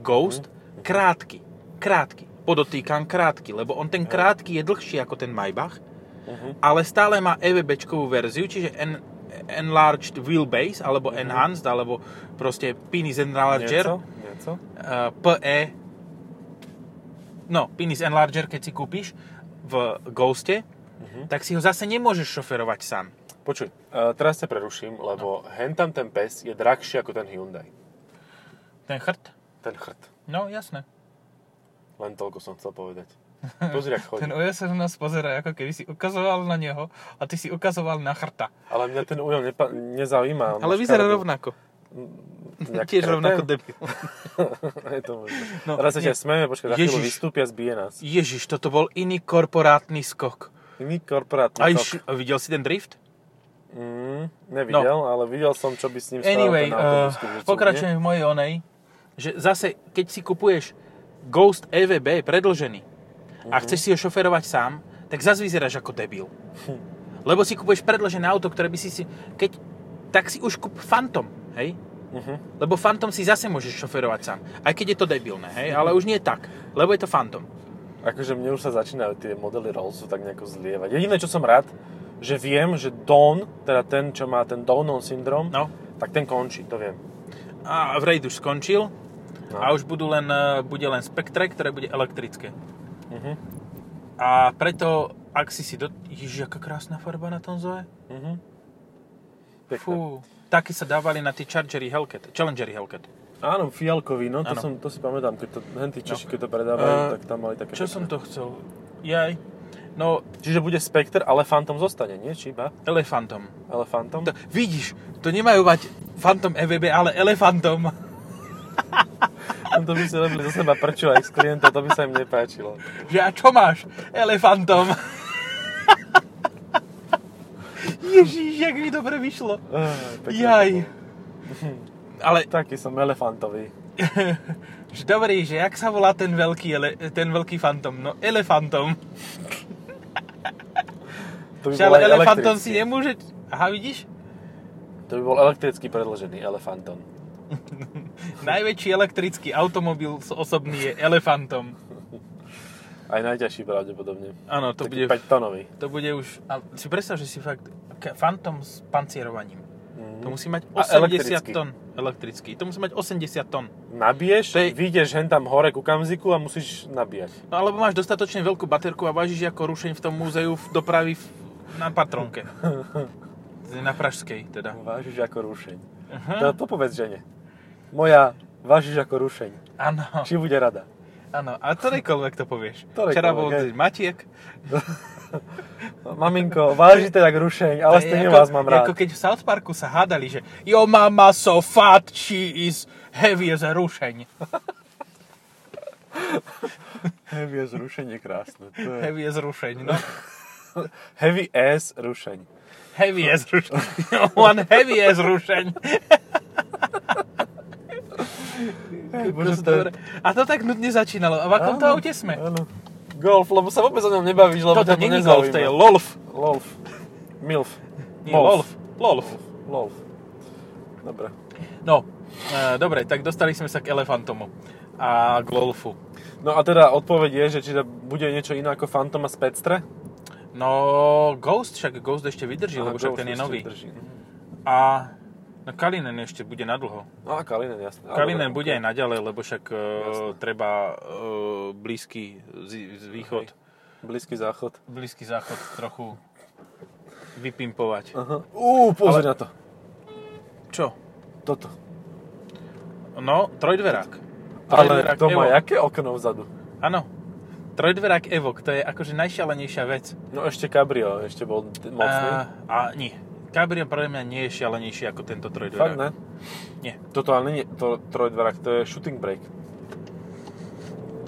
[SPEAKER 1] Ghost,
[SPEAKER 2] Mhm.
[SPEAKER 1] krátky, krátky. Podotýkam krátky, lebo on ten krátky je dlhší ako ten Maybach,
[SPEAKER 2] Mhm.
[SPEAKER 1] ale stále má EVBčkovú verziu, čiže en, enlarged wheelbase, alebo enhanced, alebo proste penis enlarger.
[SPEAKER 2] Mhm. Niečo? Niečo?
[SPEAKER 1] Uh, PE, no, penis enlarger, keď si kúpiš v Ghoste, tak si ho zase nemôžeš šoferovať sám.
[SPEAKER 2] Počuj, uh, teraz ťa preruším, lebo hentam ten pes je drahší ako ten Hyundai.
[SPEAKER 1] Ten chrt?
[SPEAKER 2] Ten chrt.
[SPEAKER 1] No, jasné.
[SPEAKER 2] Len toľko som chcel povedať. Pozri,
[SPEAKER 1] <laughs>
[SPEAKER 2] ako chodí.
[SPEAKER 1] Ten ujo sa na nás pozera, ako keby si ukazoval na neho a ty si ukazoval na chrta.
[SPEAKER 2] Ale mňa ten ujo nepa- nezaujíma. on
[SPEAKER 1] Ale
[SPEAKER 2] má
[SPEAKER 1] vyzerá
[SPEAKER 2] škaredú-
[SPEAKER 1] rovnako.
[SPEAKER 2] nejak
[SPEAKER 1] Tiež
[SPEAKER 2] kreté.
[SPEAKER 1] rovnako debil.
[SPEAKER 2] <laughs> je to možné.
[SPEAKER 1] No,
[SPEAKER 2] Teraz sa
[SPEAKER 1] nie.
[SPEAKER 2] ťa smeme, počkaj, za chvíľu
[SPEAKER 1] Ježiš.
[SPEAKER 2] vystúpia, zbije nás.
[SPEAKER 1] Ježiš, toto bol iný korporátny skok.
[SPEAKER 2] Iný korporátny
[SPEAKER 1] Aj
[SPEAKER 2] tok.
[SPEAKER 1] š- videl si ten drift?
[SPEAKER 2] Mm, nevidel, no. ale videl som, čo by s ním spravil
[SPEAKER 1] Anyway, uh,
[SPEAKER 2] ten autobus, keďže
[SPEAKER 1] pokračujem v mojej onej, že zase, keď si kupuješ Ghost EVB predlžený a chceš si ho šoferovať sám, tak zase vyzeráš ako debil. Lebo si kupuješ predlžené auto, ktoré by si si... Keď, tak si už kúp Phantom, hej?
[SPEAKER 2] Mhm.
[SPEAKER 1] Lebo Phantom si zase môžeš šoferovať sám. Aj keď je to debilné, hej? Ale už nie tak, lebo je to Phantom.
[SPEAKER 2] Akože mne už sa začínajú tie modely Rollsu tak nejako zlievať. Jediné, čo som rád, že viem, že Dawn, teda ten, čo má ten Downon syndrom,
[SPEAKER 1] No.
[SPEAKER 2] tak ten končí, to viem.
[SPEAKER 1] A Raid už skončil
[SPEAKER 2] No.
[SPEAKER 1] a už budú len, e, bude len Spectre, ktoré bude elektrické.
[SPEAKER 2] Mhm.
[SPEAKER 1] A preto, ak si si... Do... Ježiš, aká krásna farba na tom Zoe.
[SPEAKER 2] Mhm. Pekné.
[SPEAKER 1] Fú, také sa dávali na tie Chargery Hellcat, Challengery Hellcat.
[SPEAKER 2] Áno, fialkový, no to,
[SPEAKER 1] Áno.
[SPEAKER 2] som, to si pamätám, keď to, hen tí Češi, keď to predávajú,
[SPEAKER 1] Eh,
[SPEAKER 2] tak tam mali také...
[SPEAKER 1] Čo
[SPEAKER 2] pekné.
[SPEAKER 1] som to chcel? Jaj. No,
[SPEAKER 2] Čiže bude Spectre, ale Phantom zostane, nie? Či iba?
[SPEAKER 1] elefantom.
[SPEAKER 2] Ale Phantom?
[SPEAKER 1] To, vidíš, to nemajú mať Phantom EVB, ale elefantom. <laughs>
[SPEAKER 2] Tam no, to by si robili za seba prču aj z klienta, to by sa im nepáčilo.
[SPEAKER 1] Že a čo máš? Elefantom. <laughs> Ježiš, jak mi dobre vyšlo.
[SPEAKER 2] Aj, Eh, pekné
[SPEAKER 1] Jaj.
[SPEAKER 2] to bolo.
[SPEAKER 1] <laughs> Ale,
[SPEAKER 2] Taký som elefantový.
[SPEAKER 1] že dobrý, že jak sa volá ten veľký, ele, ten veľký fantom? No, elefantom.
[SPEAKER 2] To by
[SPEAKER 1] Že ale
[SPEAKER 2] aj
[SPEAKER 1] elefantom
[SPEAKER 2] elektrický.
[SPEAKER 1] si nemôže... Aha, vidíš?
[SPEAKER 2] To by bol elektricky predložený elefantom.
[SPEAKER 1] Najväčší elektrický automobil s- osobný je elefantom.
[SPEAKER 2] Aj najťažší pravdepodobne.
[SPEAKER 1] Áno, to
[SPEAKER 2] Taký
[SPEAKER 1] bude,
[SPEAKER 2] 5 tonový.
[SPEAKER 1] to bude už... A si predstav, že si fakt k- Phantom s pancierovaním. To musí mať
[SPEAKER 2] Mhm. A
[SPEAKER 1] 80
[SPEAKER 2] elektrický.
[SPEAKER 1] ton. Elektrický. To musí mať 80 ton.
[SPEAKER 2] Nabiješ,
[SPEAKER 1] To je-
[SPEAKER 2] vyjdeš hen tam hore ku kamziku a musíš nabíjať.
[SPEAKER 1] No alebo máš dostatočne veľkú baterku a vážiš ako rušeň v tom múzeu v dopravy v, na patronke.
[SPEAKER 2] <laughs>
[SPEAKER 1] na Pražskej teda.
[SPEAKER 2] Vážiš ako rušeň. To, to povedz žene. Moja, vážiš ako rušeň.
[SPEAKER 1] Áno,
[SPEAKER 2] Či bude rada.
[SPEAKER 1] áno. A ktorejkoľvek to povieš.
[SPEAKER 2] Ktorejkoľvek,
[SPEAKER 1] Včera bol
[SPEAKER 2] hej.
[SPEAKER 1] Matiek.
[SPEAKER 2] Maminko, vážite tak rušeň, ale
[SPEAKER 1] To je
[SPEAKER 2] stejne
[SPEAKER 1] ako-
[SPEAKER 2] vás mám rád.
[SPEAKER 1] Ako keď v South Parku sa hádali, že your mama so fat, she is heavy as a rušeň.
[SPEAKER 2] Heavy as rušenie krásne. To je...
[SPEAKER 1] Heavy as rušeň,
[SPEAKER 2] <laughs>
[SPEAKER 1] no.
[SPEAKER 2] Heavy as rušeň.
[SPEAKER 1] Heavy as rušeň. <laughs> One heavy as
[SPEAKER 2] <laughs>
[SPEAKER 1] rušeň.
[SPEAKER 2] Hej,
[SPEAKER 1] Bože, to je... A to tak nudne začínalo. A v akom to aute sme?
[SPEAKER 2] Áno. Golf, lebo sa vôbec o ňom nebavíš, lebo
[SPEAKER 1] Toto
[SPEAKER 2] ťa to
[SPEAKER 1] není golf,
[SPEAKER 2] nezaujíma.
[SPEAKER 1] to je lolf.
[SPEAKER 2] Lolf. Milf.
[SPEAKER 1] Nie, lolf. Lolf.
[SPEAKER 2] Lolf. Dobre.
[SPEAKER 1] No, e, dobre, tak dostali sme sa k elefantomu a k lolfu.
[SPEAKER 2] No a teda odpoveď je, že či to bude niečo iné ako Phantom a Spectre?
[SPEAKER 1] No, Ghost však, Ghost ešte vydrží,
[SPEAKER 2] Aha,
[SPEAKER 1] lebo však
[SPEAKER 2] Golf
[SPEAKER 1] ten je
[SPEAKER 2] ešte
[SPEAKER 1] nový.
[SPEAKER 2] drží.
[SPEAKER 1] A no, Kalinen ešte bude nadlho.
[SPEAKER 2] No a Kalinen, jasne. Ale
[SPEAKER 1] Kalinen
[SPEAKER 2] dobre,
[SPEAKER 1] bude
[SPEAKER 2] ok.
[SPEAKER 1] aj naďalej, lebo však e,
[SPEAKER 2] Jasné.
[SPEAKER 1] treba e, blízky z, z východ,
[SPEAKER 2] Blízky záchod.
[SPEAKER 1] blízky záchod trochu vypimpovať.
[SPEAKER 2] Aha. Uú, pozri na to.
[SPEAKER 1] E, Čo?
[SPEAKER 2] Toto.
[SPEAKER 1] No, trojdverák.
[SPEAKER 2] Ale
[SPEAKER 1] Trojdverák
[SPEAKER 2] to má
[SPEAKER 1] Evo.
[SPEAKER 2] jaké okno vzadu?
[SPEAKER 1] Áno. Trojdverák Evoque, to je akože najšialenejšia vec.
[SPEAKER 2] No ešte Cabrio, ešte bol d- mocný.
[SPEAKER 1] A, a nie. Cabrio pre mňa nie je šialenejší ako tento
[SPEAKER 2] Fakt
[SPEAKER 1] trojdverák.
[SPEAKER 2] ne?
[SPEAKER 1] Nie.
[SPEAKER 2] Toto ale nie je to, trojdverák, to je shooting brake.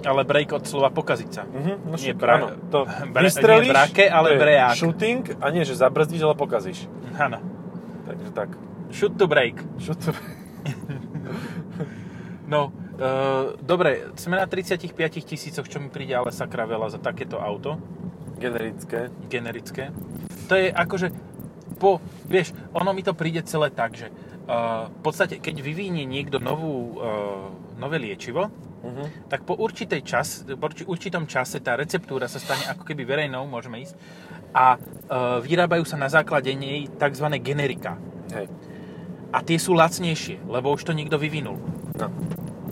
[SPEAKER 1] Ale break od slova pokaziť sa.
[SPEAKER 2] Mhm, no
[SPEAKER 1] Nie,
[SPEAKER 2] šup-
[SPEAKER 1] bra-
[SPEAKER 2] áno, <laughs> to
[SPEAKER 1] bra- nie
[SPEAKER 2] vystrelíš,
[SPEAKER 1] brake, ale
[SPEAKER 2] to je
[SPEAKER 1] breák.
[SPEAKER 2] Shooting a nie, že zabrzdíš, ale pokazíš.
[SPEAKER 1] Áno.
[SPEAKER 2] Takže tak.
[SPEAKER 1] Shoot to break.
[SPEAKER 2] Shoot. <laughs>
[SPEAKER 1] No, e, dobre, sme na 35 tisícoch, čo mi príde ale sakra veľa za takéto auto,
[SPEAKER 2] Generické.
[SPEAKER 1] generické. To je akože, po, vieš, ono mi to príde celé tak, že e, v podstate, keď vyvinie niekto novú, e, nové liečivo,
[SPEAKER 2] Mhm.
[SPEAKER 1] tak po určitej čas, po urči- určitom čase tá receptúra sa stane ako keby verejnou, môžeme ísť, a e, vyrábajú sa na základe nej tzv. generika.
[SPEAKER 2] Hej.
[SPEAKER 1] A tie sú lacnejšie, lebo už to niekto vyvinul.
[SPEAKER 2] No.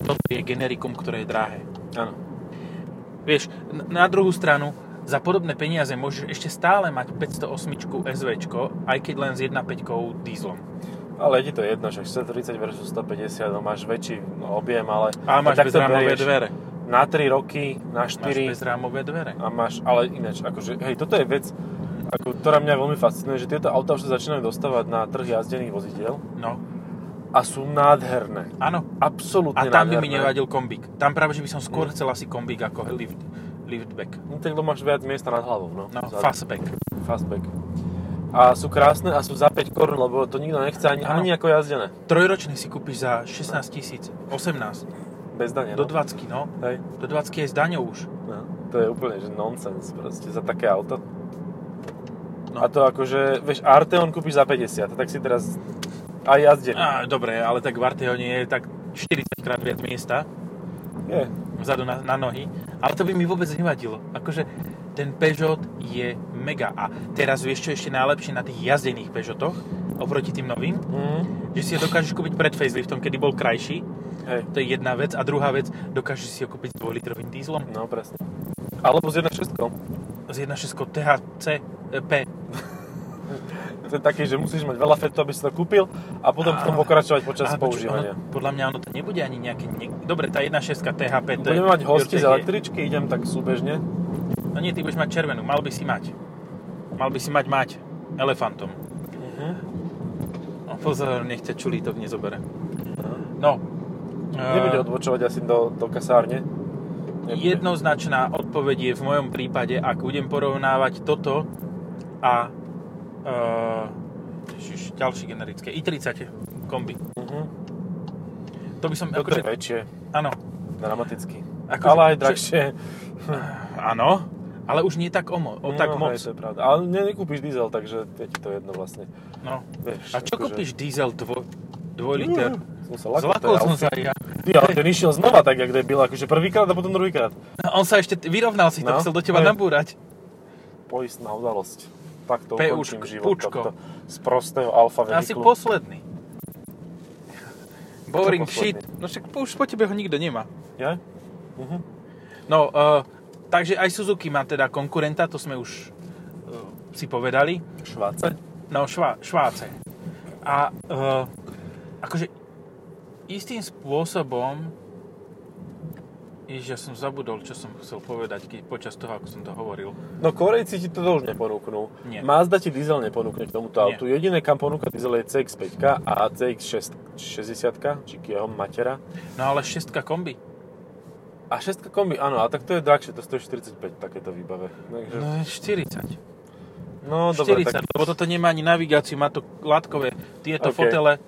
[SPEAKER 1] Toto je generikum, ktoré je drahé.
[SPEAKER 2] Áno.
[SPEAKER 1] Vieš, n- na druhú stranu, za podobné peniaze môžeš ešte stále mať 508 SV, aj keď len s 1.5 dízlom.
[SPEAKER 2] Ale je ti to jedno, že 130 versus 150, no máš väčší objem, ale...
[SPEAKER 1] A máš
[SPEAKER 2] No tak to
[SPEAKER 1] bezrámové
[SPEAKER 2] berieš
[SPEAKER 1] dvere.
[SPEAKER 2] Na 3 roky, na
[SPEAKER 1] Máš
[SPEAKER 2] 4
[SPEAKER 1] bezrámové dvere.
[SPEAKER 2] a máš... Ale ináč, akože, hej, toto je vec, ako, ktorá mňa veľmi fascinuje, že tieto autá už sa začínajú dostávať na trh jazdených vozidiel
[SPEAKER 1] No,
[SPEAKER 2] a sú nádherné.
[SPEAKER 1] áno.
[SPEAKER 2] Absolútne
[SPEAKER 1] A tam by
[SPEAKER 2] nádherné. Mm.
[SPEAKER 1] mi nevadil kombík. Tam práve, že by som skôr chcel asi kombík ako lift, liftback.
[SPEAKER 2] No tak lebo máš viac miesta nad hlavou, no.
[SPEAKER 1] No,
[SPEAKER 2] Vzadu.
[SPEAKER 1] fastback.
[SPEAKER 2] Fastback. a sú krásne a sú za 5 korún, lebo to nikto nechce ani,
[SPEAKER 1] Áno.
[SPEAKER 2] ani ako jazdené.
[SPEAKER 1] Trojročný si kúpiš za 16 tisíc, 18,
[SPEAKER 2] Bez dane.
[SPEAKER 1] do
[SPEAKER 2] no.
[SPEAKER 1] 20, no.
[SPEAKER 2] Hej.
[SPEAKER 1] Do 20 je s daňou už.
[SPEAKER 2] No, to je úplne že nonsens proste za také auto.
[SPEAKER 1] No.
[SPEAKER 2] No. A to akože, vieš, Arteon kúpiš za 50, tak si teraz aj jazdený.
[SPEAKER 1] Á, dobre, ale tak v Arteone je tak 40 krát viac miesta
[SPEAKER 2] Je.
[SPEAKER 1] vzadu na, na nohy, ale to by mi vôbec nevadilo. Akože ten Peugeot je mega a teraz vieš čo je ešte najlepšie na tých jazdených Peugeotoch oproti tým novým,
[SPEAKER 2] Mm.
[SPEAKER 1] že si ho dokážeš kúpiť pred faceliftom, kedy bol krajší,
[SPEAKER 2] Hej.
[SPEAKER 1] to je jedna vec a druhá vec, dokážeš si ho kúpiť s 2 litrovým dízlom
[SPEAKER 2] No presne. Alebo s 1.6.
[SPEAKER 1] z 1.6 THC e, P.
[SPEAKER 2] To je taký, že musíš mať veľa fetu, aby si to kúpil a potom v tom
[SPEAKER 1] A-
[SPEAKER 2] pokračovať počas
[SPEAKER 1] Ale počuj,
[SPEAKER 2] používania.
[SPEAKER 1] Ono, podľa mňa ono to nebude ani nejaké... Ne... Dobre, tá 1.6 THP... to je-
[SPEAKER 2] No, Budeme mať hosti
[SPEAKER 1] Jurtek
[SPEAKER 2] z
[SPEAKER 1] je-
[SPEAKER 2] električky, idem tak súbežne.
[SPEAKER 1] No nie, ty budeš mať červenú, mal by si mať. Mal by si mať mať elefantom.
[SPEAKER 2] Mhm.
[SPEAKER 1] No pozor, nech ťa čulítok nezobere. No,
[SPEAKER 2] Nebude
[SPEAKER 1] e,
[SPEAKER 2] odbočovať asi do, do kasárne. Nebude.
[SPEAKER 1] jednoznačná odpoveď je v mojom prípade, ak budem porovnávať toto a e, ježiš, ďalšie generické, i30 kombi.
[SPEAKER 2] Mhm.
[SPEAKER 1] To by som...
[SPEAKER 2] Toto No,
[SPEAKER 1] Akože,
[SPEAKER 2] je väčšie,
[SPEAKER 1] áno,
[SPEAKER 2] dramaticky.
[SPEAKER 1] Akože-
[SPEAKER 2] ale aj
[SPEAKER 1] čo-
[SPEAKER 2] drahšie.
[SPEAKER 1] áno, ale už nie tak, omo, o, tak
[SPEAKER 2] no,
[SPEAKER 1] moc.
[SPEAKER 2] Hej, to je pravda. Ale ne- nekúpiš diesel, takže je ti to jedno vlastne.
[SPEAKER 1] No.
[SPEAKER 2] Vieš,
[SPEAKER 1] A čo
[SPEAKER 2] akože- Mhm. Mm,
[SPEAKER 1] kúpiš diesel 2 liter?
[SPEAKER 2] Som sa lakol,
[SPEAKER 1] Zlakol som
[SPEAKER 2] sa.
[SPEAKER 1] sa ja.
[SPEAKER 2] Ty, ale ten išiel znova tak, jak debil, akože prvýkrát a potom druhýkrát.
[SPEAKER 1] No, On sa ešte t- vyrovnal si, to
[SPEAKER 2] No.
[SPEAKER 1] chcel do teba
[SPEAKER 2] Hej.
[SPEAKER 1] nabúrať.
[SPEAKER 2] Poistná udalosť. Tak to
[SPEAKER 1] Peučko,
[SPEAKER 2] ukončím život
[SPEAKER 1] pučko.
[SPEAKER 2] tohto z prostého alfa
[SPEAKER 1] Asi
[SPEAKER 2] vehiklu.
[SPEAKER 1] posledný. Boring shit.
[SPEAKER 2] posledný?
[SPEAKER 1] No však po- už po tebe ho nikto nemá.
[SPEAKER 2] Ja? Mhm.
[SPEAKER 1] No, uh, takže aj Suzuki má teda konkurenta, to sme už uh, si povedali.
[SPEAKER 2] Šváce?
[SPEAKER 1] No, švá, Šváce. A
[SPEAKER 2] Eh,
[SPEAKER 1] uh, akože istým spôsobom Ježiš, ja som zabudol, čo som chcel povedať keď, počas toho, ako som to hovoril.
[SPEAKER 2] No Korejci ti to už neponúknú.
[SPEAKER 1] Nie.
[SPEAKER 2] Mazda ti diesel neponúkne k tomuto
[SPEAKER 1] Nie.
[SPEAKER 2] autu. Jediné, kam ponúka diesel je CX-5 a CX-60, či jeho matera.
[SPEAKER 1] No ale šestka kombi.
[SPEAKER 2] A 6 kombi, áno, a tak to je drahšie, to stojí 45 takéto výbave. Takže,
[SPEAKER 1] No je 40.
[SPEAKER 2] no, dobre,
[SPEAKER 1] 40,
[SPEAKER 2] tak
[SPEAKER 1] lebo toto nemá ani navigáciu, má to látkové, tieto
[SPEAKER 2] OK.
[SPEAKER 1] fotele.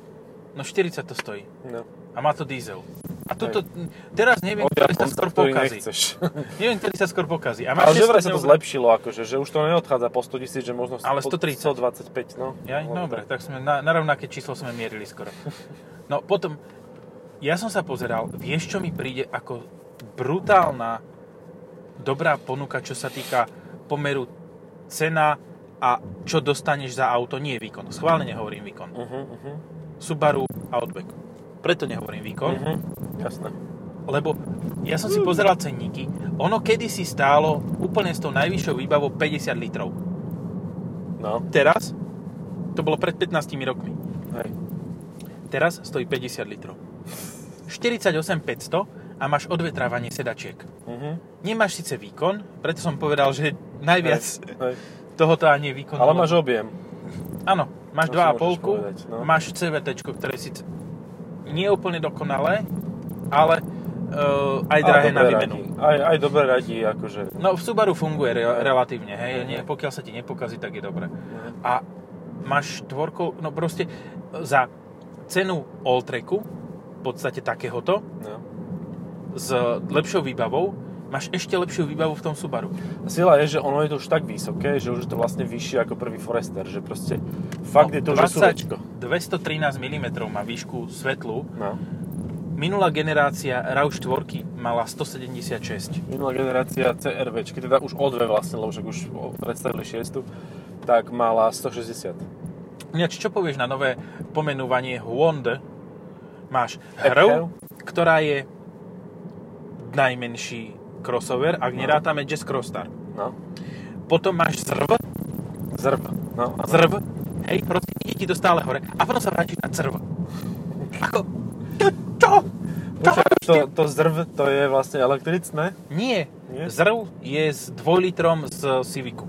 [SPEAKER 1] No 40 to stojí.
[SPEAKER 2] no,
[SPEAKER 1] A má to diesel. A tuto, teraz neviem,
[SPEAKER 2] odjak
[SPEAKER 1] ktorý sa
[SPEAKER 2] koncept,
[SPEAKER 1] skôr
[SPEAKER 2] ktorý
[SPEAKER 1] pokazí.
[SPEAKER 2] nechceš.
[SPEAKER 1] Neviem, ktorý sa skôr pokazí. A má
[SPEAKER 2] <laughs> Ale že vraj
[SPEAKER 1] 600
[SPEAKER 2] sa to
[SPEAKER 1] eur.
[SPEAKER 2] zlepšilo, akože, že už to neodchádza po 100 tisíc, že možno
[SPEAKER 1] Ale
[SPEAKER 2] po
[SPEAKER 1] 130.
[SPEAKER 2] 125, no.
[SPEAKER 1] Jaj,
[SPEAKER 2] No,
[SPEAKER 1] dobre, tak sme na, na rovnaké číslo sme mierili skoro. No potom, ja som sa pozeral, vieš, čo mi príde ako brutálna dobrá ponuka, čo sa týka pomeru cena a čo dostaneš za auto, nie výkon. Schválne nehovorím výkon.
[SPEAKER 2] Mhm, mhm,
[SPEAKER 1] Subaru Outback. Preto nehovorím výkon,
[SPEAKER 2] mhm, jasné.
[SPEAKER 1] lebo ja som si pozeral cenníky. Ono kedysi stálo úplne s tou najvyššou výbavou 50 litrov.
[SPEAKER 2] No,
[SPEAKER 1] Teraz, to bolo pred 15 rokmi,
[SPEAKER 2] hej.
[SPEAKER 1] teraz stojí 50 litrov. 48 500 a máš odvetrávanie sedačiek.
[SPEAKER 2] Mhm,
[SPEAKER 1] Nemáš síce výkon, preto som povedal, že najviac
[SPEAKER 2] hej, hej.
[SPEAKER 1] tohoto ani výkon.
[SPEAKER 2] Ale máš objem.
[SPEAKER 1] Áno, máš
[SPEAKER 2] To si môžeš
[SPEAKER 1] 2,5,
[SPEAKER 2] povedať, no.
[SPEAKER 1] máš CVT, ktoré síce nie je úplne dokonalé, ale uh, aj
[SPEAKER 2] A
[SPEAKER 1] drahé
[SPEAKER 2] dobre
[SPEAKER 1] na výmenu.
[SPEAKER 2] radí. Aj, aj dobre radí, akože.
[SPEAKER 1] No v Subaru funguje re- relatívne, hej, nie, pokiaľ sa ti nepokazí, tak je dobre. A máš štvorkou, no proste za cenu Alltracku, v podstate takéhoto,
[SPEAKER 2] No.
[SPEAKER 1] s lepšou výbavou, máš ešte lepšiu výbavu v tom Subaru.
[SPEAKER 2] Sila je, že ono je to už tak vysoké, že už je to vlastne vyššie ako prvý Forester, že proste fakt je to už SUVčko.
[SPEAKER 1] 213 mm má výšku svetlu.
[SPEAKER 2] No.
[SPEAKER 1] Minulá generácia RAV4 mala 176.
[SPEAKER 2] Minulá generácia CRVčky, teda už o dve vlastne, lebo však už o- predstavili šiestu, tak mala 160.
[SPEAKER 1] Ináč, čo povieš na nové pomenovanie Honda? Máš hrv,
[SPEAKER 2] Echo?
[SPEAKER 1] ktorá je najmenší crossover, ak nerátame Jazz Crossstar.
[SPEAKER 2] No.
[SPEAKER 1] Potom máš zrv,
[SPEAKER 2] Zrb. No, a
[SPEAKER 1] zrv, hej, proste ide ti to stále hore. A potom sa vrátiš na zrv. Ako? Čo? Čo? Čo?
[SPEAKER 2] Počkaj, to, to zrv, to je vlastne elektricné.
[SPEAKER 1] Nie.
[SPEAKER 2] Nie?
[SPEAKER 1] Zrv je s dvojlitrom z Civicu.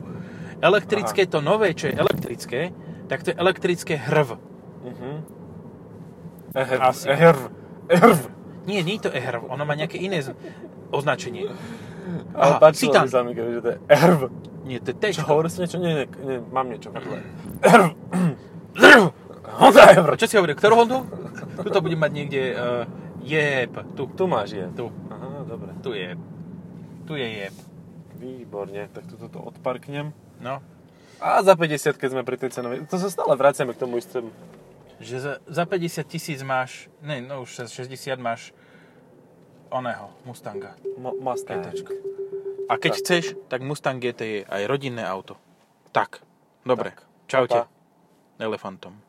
[SPEAKER 1] Elektrické, to nové, čo je elektrické, tak to je elektrické hrv.
[SPEAKER 2] Mhm. Ehrv.
[SPEAKER 1] Asi.
[SPEAKER 2] Ehrv. Ehrv.
[SPEAKER 1] e Nie, nie je to ehrv, ono má nejaké iné z- označenie.
[SPEAKER 2] Ale
[SPEAKER 1] Aha,
[SPEAKER 2] páčilo
[SPEAKER 1] Citan.
[SPEAKER 2] mi sa mi, že to je erv.
[SPEAKER 1] Nie, to je T.
[SPEAKER 2] Čo, hovorí si niečo? Nie, nie, nie mám niečo. <laughs> vedľa. Erv. Honda
[SPEAKER 1] <clears throat>
[SPEAKER 2] erv.
[SPEAKER 1] Čo si hovoril, ktorú Hondu? Tuto budem mať niekde... Uh, jeb, tu,
[SPEAKER 2] Tu máš je.
[SPEAKER 1] tu,
[SPEAKER 2] Aha, dobre.
[SPEAKER 1] tu je. Tu je jeb.
[SPEAKER 2] Výborne, tak toto to odparknem.
[SPEAKER 1] No.
[SPEAKER 2] A za 50, keď sme pri tej cenovej. To sa stále vraciame k tomu istému.
[SPEAKER 1] Že za, za 50 tisíc máš... Ne, no už za 60 máš oného, Mustanga.
[SPEAKER 2] Mo- Mustang.
[SPEAKER 1] GTčko. A keď
[SPEAKER 2] Tak.
[SPEAKER 1] chceš, tak Mustang GT je aj rodinné auto. Tak. Dobre.
[SPEAKER 2] Tak.
[SPEAKER 1] Čaute.
[SPEAKER 2] Pa.
[SPEAKER 1] Elefantom.